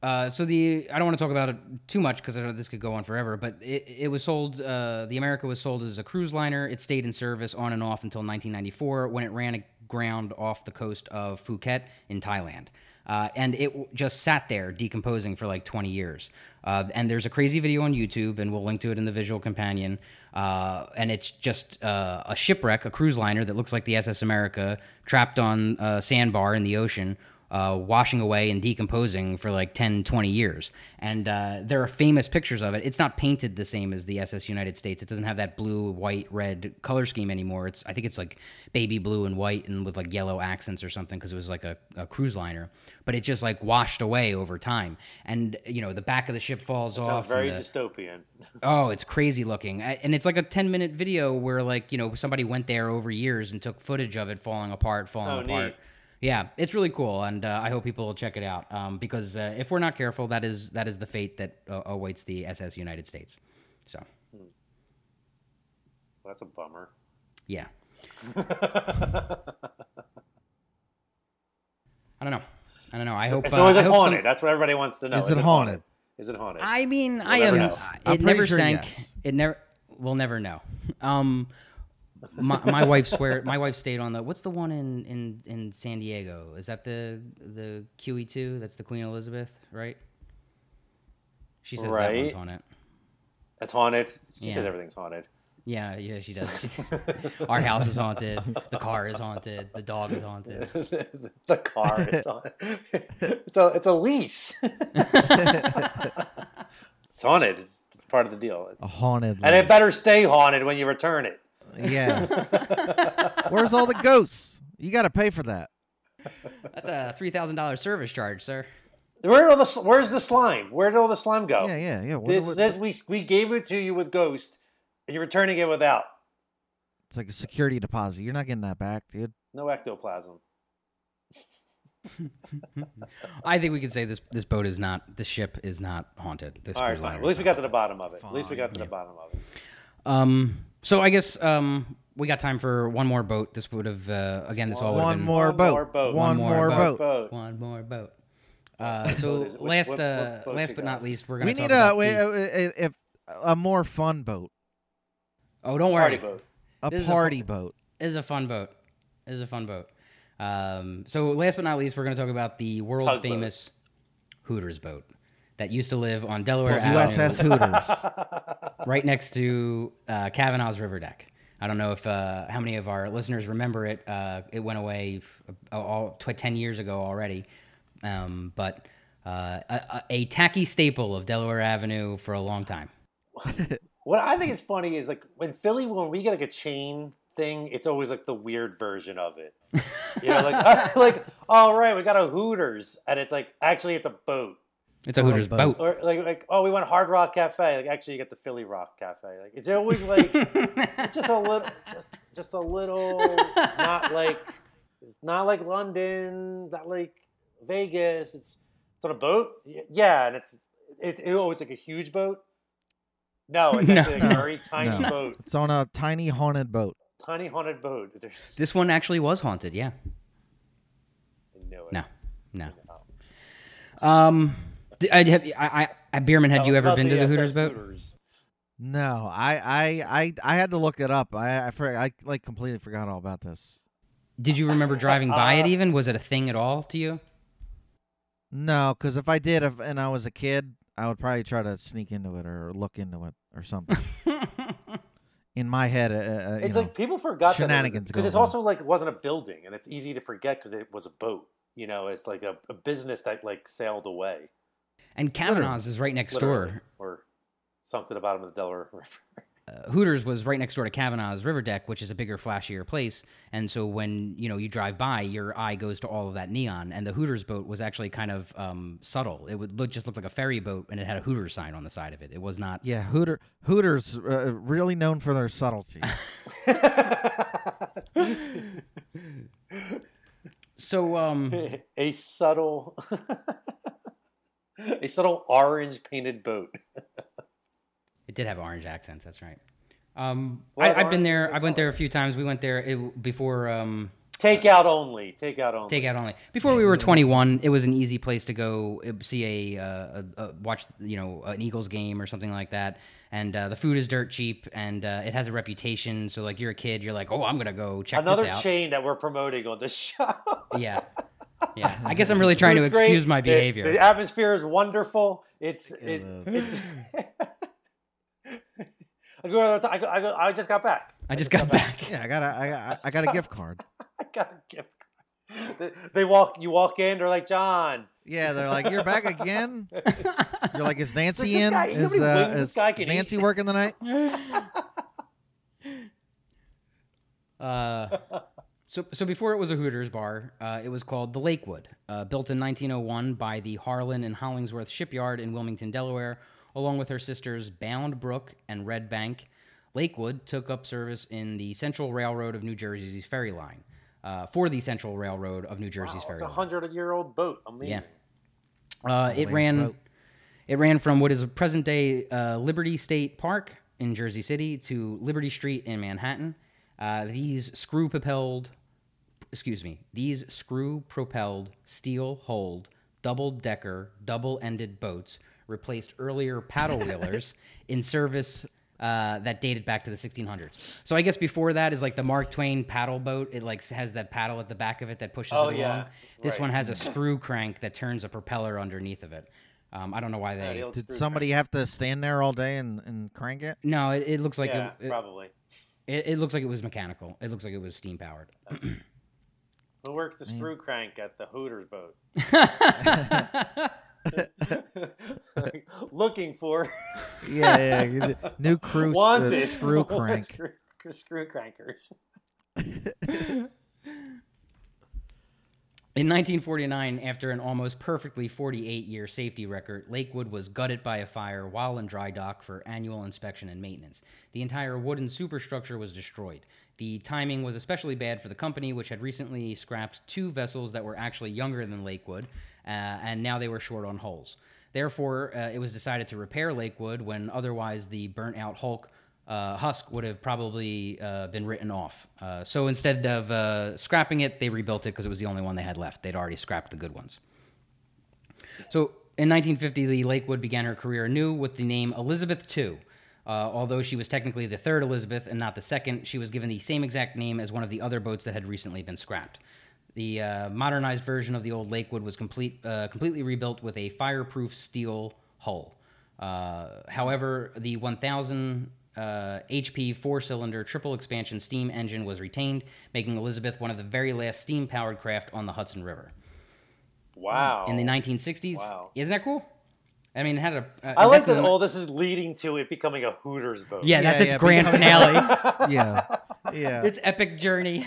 Uh, so the I don't want to talk about it too much because I know this could go on forever. But it, it was sold. Uh, the America was sold as a cruise liner. It stayed in service on and off until 1994 when it ran aground off the coast of Phuket in Thailand. Uh, and it w- just sat there decomposing for like 20 years. Uh, and there's a crazy video on YouTube, and we'll link to it in the visual companion. Uh, and it's just uh, a shipwreck, a cruise liner that looks like the SS America, trapped on a sandbar in the ocean, uh, washing away and decomposing for like 10, 20 years. And uh, there are famous pictures of it. It's not painted the same as the SS United States. It doesn't have that blue, white, red color scheme anymore. It's I think it's like baby blue and white and with like yellow accents or something because it was like a, a cruise liner. But it just like washed away over time. And, you know, the back of the ship falls off. Sounds and very the- dystopian. Oh, it's crazy looking. I- And it's like a 10 minute video where, like, you know, somebody went there over years and took footage of it falling apart, falling Oh, apart. neat. Yeah, it's really cool, and uh, I hope people will check it out um, because uh, if we're not careful, that is that is the fate that uh, awaits the SS United States. So, That's a bummer. yeah, I don't know, I don't know. I hope It's uh, always I hope some- haunted. That's what everybody wants to know. Is it haunted? Is it haunted? I mean, I never am. know. It I'm never pretty sure sank. yes. It never. We'll never know. Um, my, my wife swear. My wife stayed on the. What's the one in in in San Diego? Is that the the QE two? That's the Queen Elizabeth, right? She says that one's Right. on it. it's haunted. She Yeah. says everything's haunted. Yeah, yeah, she does. Our house is haunted. The car is haunted. The dog is haunted. the car is on. it's a it's a lease. it's haunted. It's, it's part of the deal. A haunted. And it lake. better stay haunted when you return it. yeah. Where's all the ghosts? You got to pay for that. That's a three thousand dollars service charge, sir. Where did all the sl- where's the slime? Where did all the slime go? Yeah, yeah, yeah. What- Oh. This, what- this we we gave it to you with ghost, and you're returning it without it's like a security deposit. You're not getting that back, dude. no ectoplasm. I think we can say this this boat is not. This ship is not haunted. This All right, cruise fine. liner At is least we not got to the bottom of it. At least we got to Fine. the bottom of it. Um, so I guess um, we got time for one more boat. This would have uh, again. This all would have One been more One boat. more boat. One One, more more boat. boat. Boat. one more boat. Uh, so boat is it? What- last, what- uh, what boat last you but got? not least, we're gonna. We talk need a about wait, the- a, a, if a more fun boat, oh, don't Party worry. boat. a This is a party fu- boat. This is a fun boat. This is a fun boat. Um, so last but not least, we're gonna talk about the world Tugboat. famous Hooters boat that used to live on Delaware Avenue, USS Hooters. right next to uh, Kavanaugh's River Deck. I don't know if uh, how many of our listeners remember it. Uh, it went away f- all tw- ten years ago already, um, but uh, a, a- a tacky staple of Delaware Avenue for a long time. What I think is funny is like when Philly, when we get like a chain thing, it's always like the weird version of it. You know, like like all right, we got a Hooters, and it's like actually it's a boat, It's a Oh, Hooters boat. boat. or like like oh we went Hard Rock Cafe, like actually you get the Philly Rock Cafe. Like it's always like just a little, just just a little, not like it's not like London, not like Vegas. It's it's on a boat, Y- yeah, and it's it, it oh it's like a huge boat. No, it's No. actually like a very tiny No. boat. It's on a tiny haunted boat. Tiny haunted boat. There's This one actually was haunted. Yeah. no. No. No. Um. d- I, have, I, I, Bierman, had you ever been uh, to the Hooters boat? No, I, I, I, I had to look it up. I, I, for- I like completely forgot all about this. Did you remember driving by it? Uh, Even was it a thing at all to you? No, because if I did, if and I was a kid, I would probably try to sneak into it or look into it or something. in my head. Uh, uh, you It's know. like people forgot shenanigans because it's going on. also like it wasn't a building, and it's easy to forget because it was a boat. You know, it's like a, a business that like sailed away. And Kavanaugh's is right next literally, door. or something about him in the Delaware River. Uh, Hooters was right next door to Kavanaugh's River Deck, which is a bigger, flashier place. And so when you know you drive by, your eye goes to all of that neon. And the Hooters boat was actually kind of um, subtle. It would look, just looked like a ferry boat, and it had a Hooters sign on the side of it. It was not. yeah, Hooter Hooters uh, really known for their subtlety. So um, a subtle, a subtle orange painted boat. It did have orange accents. That's right. Um, Well, I, I've been orange there. is I went there a few times. We went there it, before um, Takeout only. Takeout only. takeout only. Before we were 21, it was an easy place to go uh, see a, uh, a, a watch, you know, an Eagles game or something like that. And uh, the food is dirt cheap, and uh, it has a reputation. So like you're a kid, you're like, oh, I'm gonna go check Another this out. chain that we're promoting on this show. yeah, yeah. I guess I'm really trying to It's great. excuse my The- behavior. The, atmosphere is wonderful. It's it, love it's. I, go, another ti- I, go, I, go, I just got back. I just got back. yeah, I got a, I got, I got a gift card. I got a gift. card. They, they walk. You walk in. They're like John. Yeah, they're like, "You're back again." You're like, "Is Nancy this in? guy- how is many uh, wings this is guy can Nancy eat?" working the night?" Uh, so, so before it was a Hooters bar, uh, it was called the Lakewood, uh, built in 1901 by the Harlan and Hollingsworth Shipyard in Wilmington, Delaware, along with her sisters Bound Brook and Red Bank. Lakewood took up service in the Central Railroad of New Jersey's ferry line, uh, for the Central Railroad of New Jersey's Oh, ferry it's a line. hundred year old boat. Amazing. Yeah. Uh, it Wayne's ran, Boat. it ran from what is a present day uh, Liberty State Park in Jersey City to Liberty Street in Manhattan. Uh, these screw propelled, excuse me, these screw propelled steel hulled double decker double ended boats replaced earlier paddle wheelers in service. Uh, that dated back to the 1600s. So I guess before that is like the Mark Twain paddle boat. It like has that paddle at the back of it that pushes Oh, it along. yeah. This Right. one has a screw crank that turns a propeller underneath of it. Um, I don't know why Yeah, Oh, the they. old Did screw somebody have to stand there all day and, and crank it? No, it, it looks like crank. yeah, it, it, probably. it, it looks like it was mechanical. It looks like it was steam powered. Who works the screw crank at the Hooters boat? Looking for Yeah, yeah. you did- New crew s- uh, wanted screw wanted crank. Mm. screw, screw crankers. In 1949, after an almost perfectly 48 year safety record, Lakewood was gutted by a fire while in dry dock for annual inspection and maintenance. The entire wooden superstructure was destroyed. The timing was especially bad for the company, which had recently scrapped two vessels that were actually younger than Lakewood, uh, and now they were short on hulls. Therefore, uh, it was decided to repair Lakewood when otherwise the burnt out Hulk uh, Husk would have probably uh, been written off. Uh, so instead of uh, scrapping it, they rebuilt it because it was the only one they had left. They'd already scrapped the good ones. So in 1950, Lee Lakewood began her career anew with the name Elizabeth II. Uh, although she was technically the third Elizabeth and not the second, she was given the same exact name as one of the other boats that had recently been scrapped. The uh, modernized version of the old Lakewood was complete, uh, completely rebuilt with a fireproof steel hull. Uh, however, the 1000 uh, HP four cylinder triple expansion steam engine was retained, making Elizabeth one of the very last steam powered craft on the Hudson River. Wow. In the 1960s. Oh, Wow. Isn't that cool? I mean, it had a. Uh, I like that's in that the- all this is leading to it becoming a Hooters boat. Yeah, that's Yeah, its yeah, grand because- finale. Yeah, yeah, its epic journey.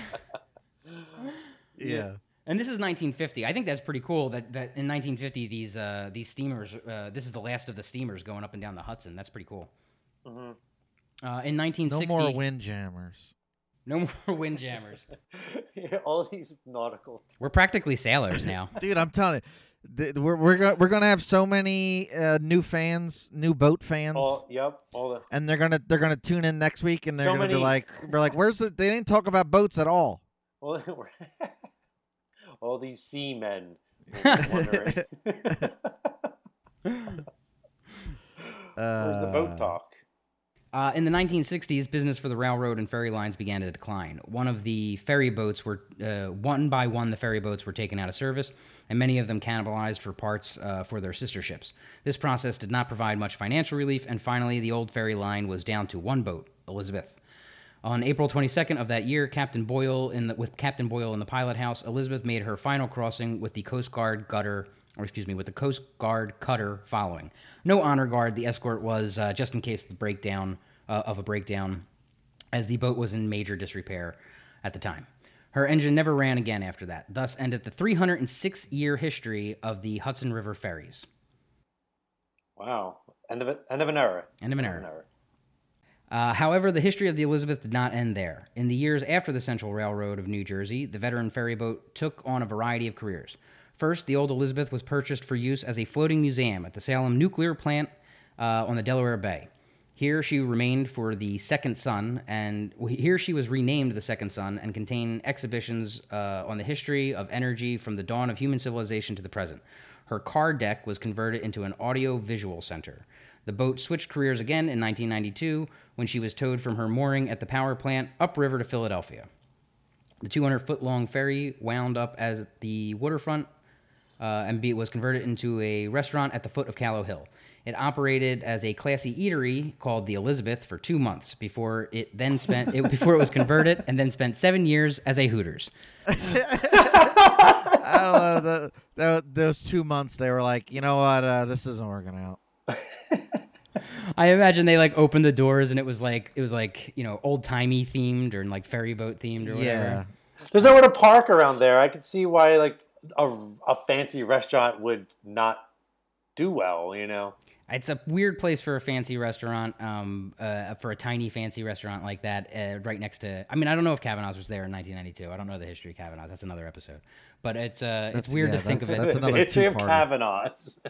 yeah. And this is 1950. I think that's pretty cool that, that in 1950 these uh, these steamers uh, this is the last of the steamers going up and down the Hudson. That's pretty cool. Mhm. Uh, in No 1960, more windjammers. no more windjammers. Yeah, all these nautical. We're practically sailors now. dude. I'm telling you, th- we're we're gonna we're gonna have so many uh, new fans, new boat fans, All, yep. All the. and they're gonna they're gonna tune in next week, and they're So gonna be many- like, we're like, where's the? They didn't talk about boats at all. All, all these seamen. will be wondering, Where's the boat Uh, talk? Uh, in the 1960s, business for the railroad and ferry lines began to decline. One of the ferry boats were, uh, one by one, the ferry boats were taken out of service, and many of them cannibalized for parts uh, for their sister ships. This process did not provide much financial relief, and finally, the old ferry line was down to one boat, Elizabeth. On April 22nd of that year, Captain Boyle in the, with Captain Boyle in the pilot house, Elizabeth made her final crossing with the Coast Guard gutter, or excuse me, with the Coast Guard cutter following. No honor guard. The escort was uh, just in case the breakdown uh, of a breakdown, as the boat was in major disrepair at the time. Her engine never ran again after that. Thus ended the 306 year history of the Hudson River ferries. Wow. End of, a, end of an era. End of an era. Uh, however, the history of the Elizabeth did not end there. In the years after the Central Railroad of New Jersey, the veteran ferryboat took on a variety of careers. First, the old Elizabeth was purchased for use as a floating museum at the Salem nuclear plant uh, on the Delaware Bay. Here she remained for the Second Son, and here she was renamed the Second Son and contained exhibitions uh, on the history of energy from the dawn of human civilization to the present. Her car deck was converted into an audio-visual center. The boat switched careers again in 1992 when she was towed from her mooring at the power plant upriver to Philadelphia. The 200 foot long ferry wound up as the waterfront uh, and be, was converted into a restaurant at the foot of Callow Hill. It operated as a classy eatery called the Elizabeth for two months before it then spent it, before it was converted and then spent seven years as a Hooters. I don't know. Uh, The, tho- those two months, they were like, you know what? Uh, this isn't working out. I imagine they like opened the doors and it was like it was like you know old timey themed or like ferry boat themed or whatever. Yeah. There's nowhere to park around there. I could see why like a, a fancy restaurant would not do well, you know. It's a weird place for a fancy restaurant, um, uh, for a tiny fancy restaurant like that, uh, right next to. I mean, I don't know if Kavanaugh's was there in 1992. I don't know the history of Kavanaugh's. That's another episode. But it's uh, it's That's- weird yeah, to think of that's- it. that's the another history of two-parter. Kavanaugh's.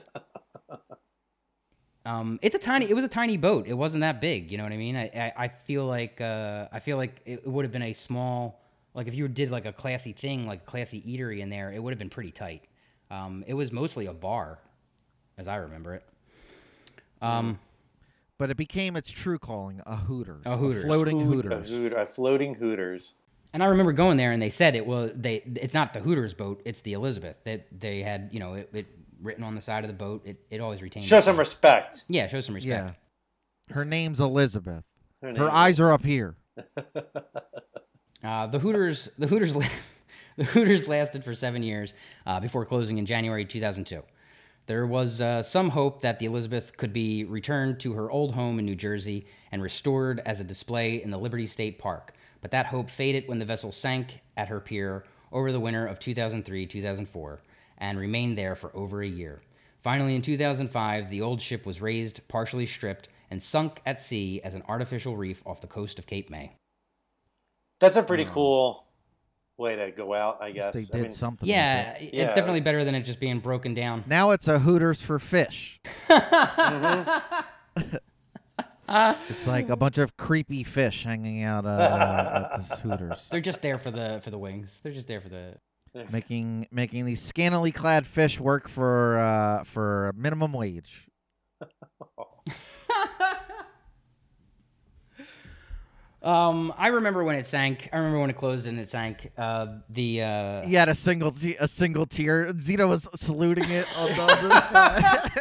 Um, it's a tiny. It was a tiny boat. It wasn't that big. You know what I mean? I I, I feel like uh, I feel like it would have been a small. Like if you did like a classy thing, like classy eatery in there, it would have been pretty tight. Um, it was mostly a bar, as I remember it. Um, But it became its true calling a Hooters. A Hooters. floating A, Hooters. hoot, a floating Hooters. and I remember going there, and they said it was they. It's not the Hooters boat; it's the Elizabeth. That they had, you know, it, it written on the side of the boat. It, it always retained. Show its some name. respect. yeah, show some respect. Yeah. Her name's Elizabeth. Her name- Her eyes are up here. Uh, the Hooters, the Hooters, la- the Hooters lasted for seven years uh, before closing in January 2002. There was uh, some hope that the Elizabeth could be returned to her old home in New Jersey and restored as a display in the Liberty State Park, but that hope faded when the vessel sank at her pier over the winter of 2003-2004 and remained there for over a year. Finally, in 2005, the old ship was raised, partially stripped, and sunk at sea as an artificial reef off the coast of Cape May. That's a pretty cool way to go out, I guess. They I did mean, something. with it. Yeah, it's Yeah. definitely better than it just being broken down. Now it's a Hooters for fish. it's like a bunch of creepy fish hanging out uh, at this Hooters, They're just there for the for the wings. They're just there for the. making making these scantily clad fish work for uh, for minimum wage. Um, I remember when it sank. I remember when it closed and it sank. Uh, the uh, He had a single t- a single tear. Zito was saluting it on the other side.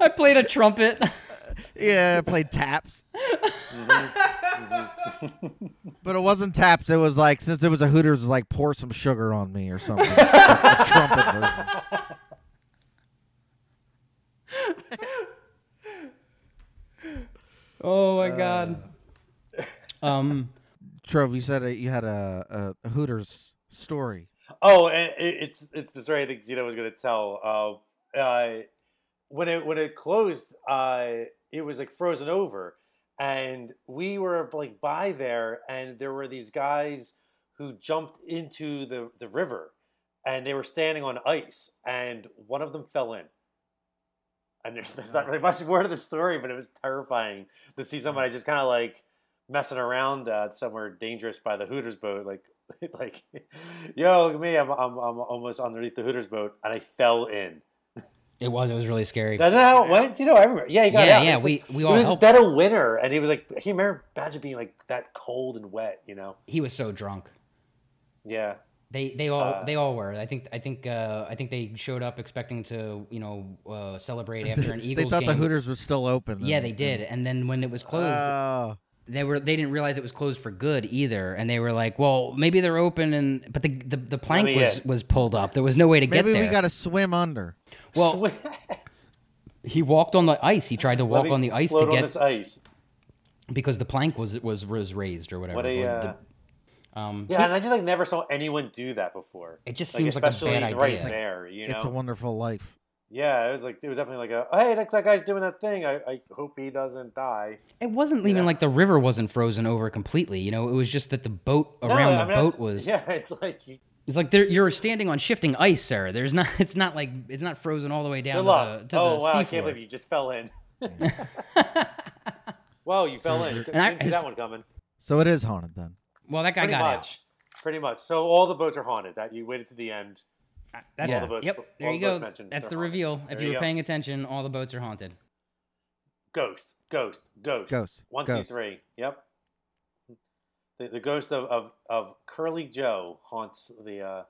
I played a trumpet. Yeah, played taps. but it wasn't taps. It was like since it was a Hooters, it was like pour some sugar on me or something. A trumpet version. oh Uh. my god. Um, Trove, you said uh, you had a, a, a Hooters story. Oh, and it, it's it's the story I think Zito was going to tell. Uh, uh, when it when it closed, uh, it was like frozen over, and we were like by there, and there were these guys who jumped into the the river, and they were standing on ice, and one of them fell in. And there's, there's not really much more to the story, but it was terrifying to see somebody just kind of like messing around uh, somewhere dangerous by the Hooters boat, like like, yo, look at me, I'm, I'm, I'm almost underneath the Hooters boat, and I fell in. it was it was really scary. That's not how it went, you know, everywhere. Yeah, he got Yeah, out. It yeah, was, we- like- we it all was helped. dead of winter, and he was like, he remember imagine being like that cold and wet, you know? He was so drunk. Yeah, They they all Uh, they all were. I think I think uh, I think they showed up expecting to you know uh, celebrate after an they Eagles thought game. the Hooters was still open. yeah, and- they did. And then when it was closed, Oh. they were they didn't realize it was closed for good either. And they were like, well, maybe they're open. And but the the, the plank me was in. was pulled up. There was no way to maybe get there. we got to swim under. well, Swi- he walked on the ice. He tried to let walk me on the ice float to get on this ice. because the plank was was was raised or whatever. What a, Or uh, the- um, Yeah, and I just like never saw anyone do that before. It just seems like a especially bad right idea. there, you know. It's a Wonderful Life. yeah, it was like it was definitely like a hey, look, that guy's doing that thing. I, I hope he doesn't die. It wasn't even Yeah. like the river wasn't frozen over completely. You know, it was just that the boat No, around I the mean, boat that's- was. Yeah, it's like you, It's like there, you're standing on shifting ice, sir. There's not. It's not like it's not frozen all the way down good to luck. the to oh the wow, I seafloor. can't believe you just fell in. Wow, you fell in. You And I- didn't see that one coming. So it is haunted then. Well, that guy Pretty got much. Pretty much. So all the boats are haunted. That you waited to the end. out. That's, Yeah. All the boats- Yep. There all you the boats go. mentioned, That's they're the haunted. reveal. There if you you were go. paying attention, all the boats are haunted. Ghost, ghost, ghost, Ghost, One, two, three. ghost. Yep. The, the ghost of, of, of Curly Joe haunts the uh,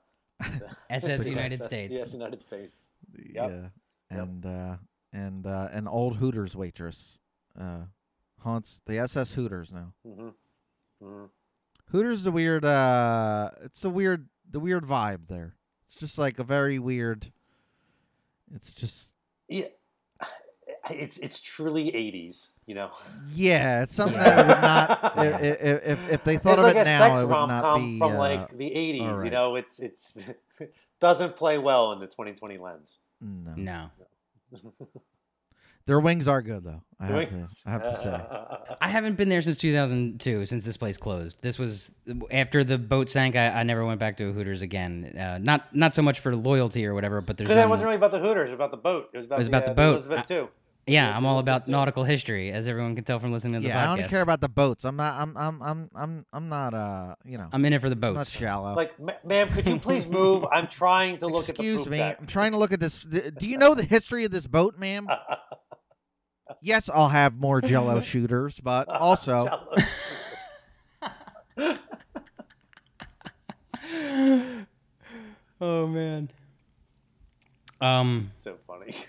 SS the United SS States. Yes, United States. Yeah. And uh and uh an old Hooters waitress uh haunts the SS Hooters now. hmm hmm Hooters is a weird uh it's a weird the weird vibe there. It's just like a very weird it's just Yeah. It's it's truly 80s, you know. yeah, it's something that would not i- i- i- if if they thought it's of like it a now sex it would not rom-com be from uh, like the 80s, you alright. know. It's it's doesn't play well in the 2020 lens. no. No. Their wings are good though. I have to, I have to say. I haven't been there since 2002, since this place closed. This was after the boat sank. I, I never went back to a Hooters again. Uh, not not so much for loyalty or whatever, but there's Because that been- wasn't really about the Hooters, it was about the boat. It was about, was the, about uh, the boat. Elizabeth too. yeah. I'm all about too. nautical history, as everyone can tell from listening to the Yeah, I podcast. don't care about the boats. I'm not I'm I'm I'm I'm I'm not uh, you know, I'm in it for the I'm not boats. shallow. Like, ma- ma'am, could you please move? I'm trying to look Excuse at the poop me. deck. I'm trying to look at this. th- Do you know the history of this boat, ma'am? yes, I'll have more jello shooters, but also oh man. Um. so funny.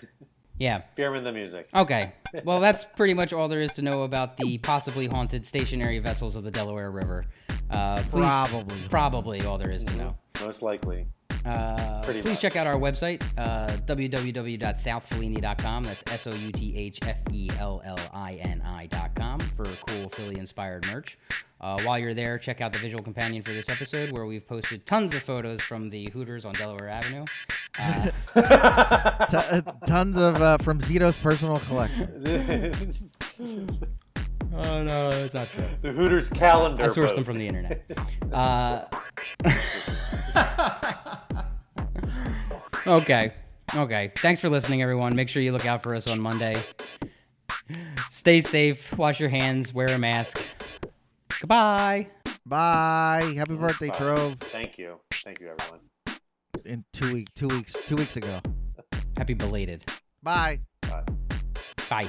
Yeah. Beerman the music. Okay. Well, that's pretty much all there is to know about the possibly haunted stationary vessels of the Delaware River. Uh, please- Probably. Probably Mm-hmm. all there is to know. Most likely. Uh, Pretty please much. check out our website, uh, www.southfellini.com. That's S O U T H F E L L I N I.com for cool Philly inspired merch. Uh, while you're there, check out the visual companion for this episode where we've posted tons of photos from the Hooters on Delaware Avenue. Uh, t- uh, tons of uh, from Zito's personal collection. the oh, no, that's not true. Hooters calendar. I sourced boat. them from the internet. Uh, okay. Okay. Thanks for listening, everyone. Make sure you look out for us on Monday. Stay safe. Wash your hands. Wear a mask. Goodbye. Bye. Happy birthday, Bye. Trove. Thank you. Thank you, everyone. In two week, two weeks, two weeks ago. Happy belated. Bye. Bye. Bye.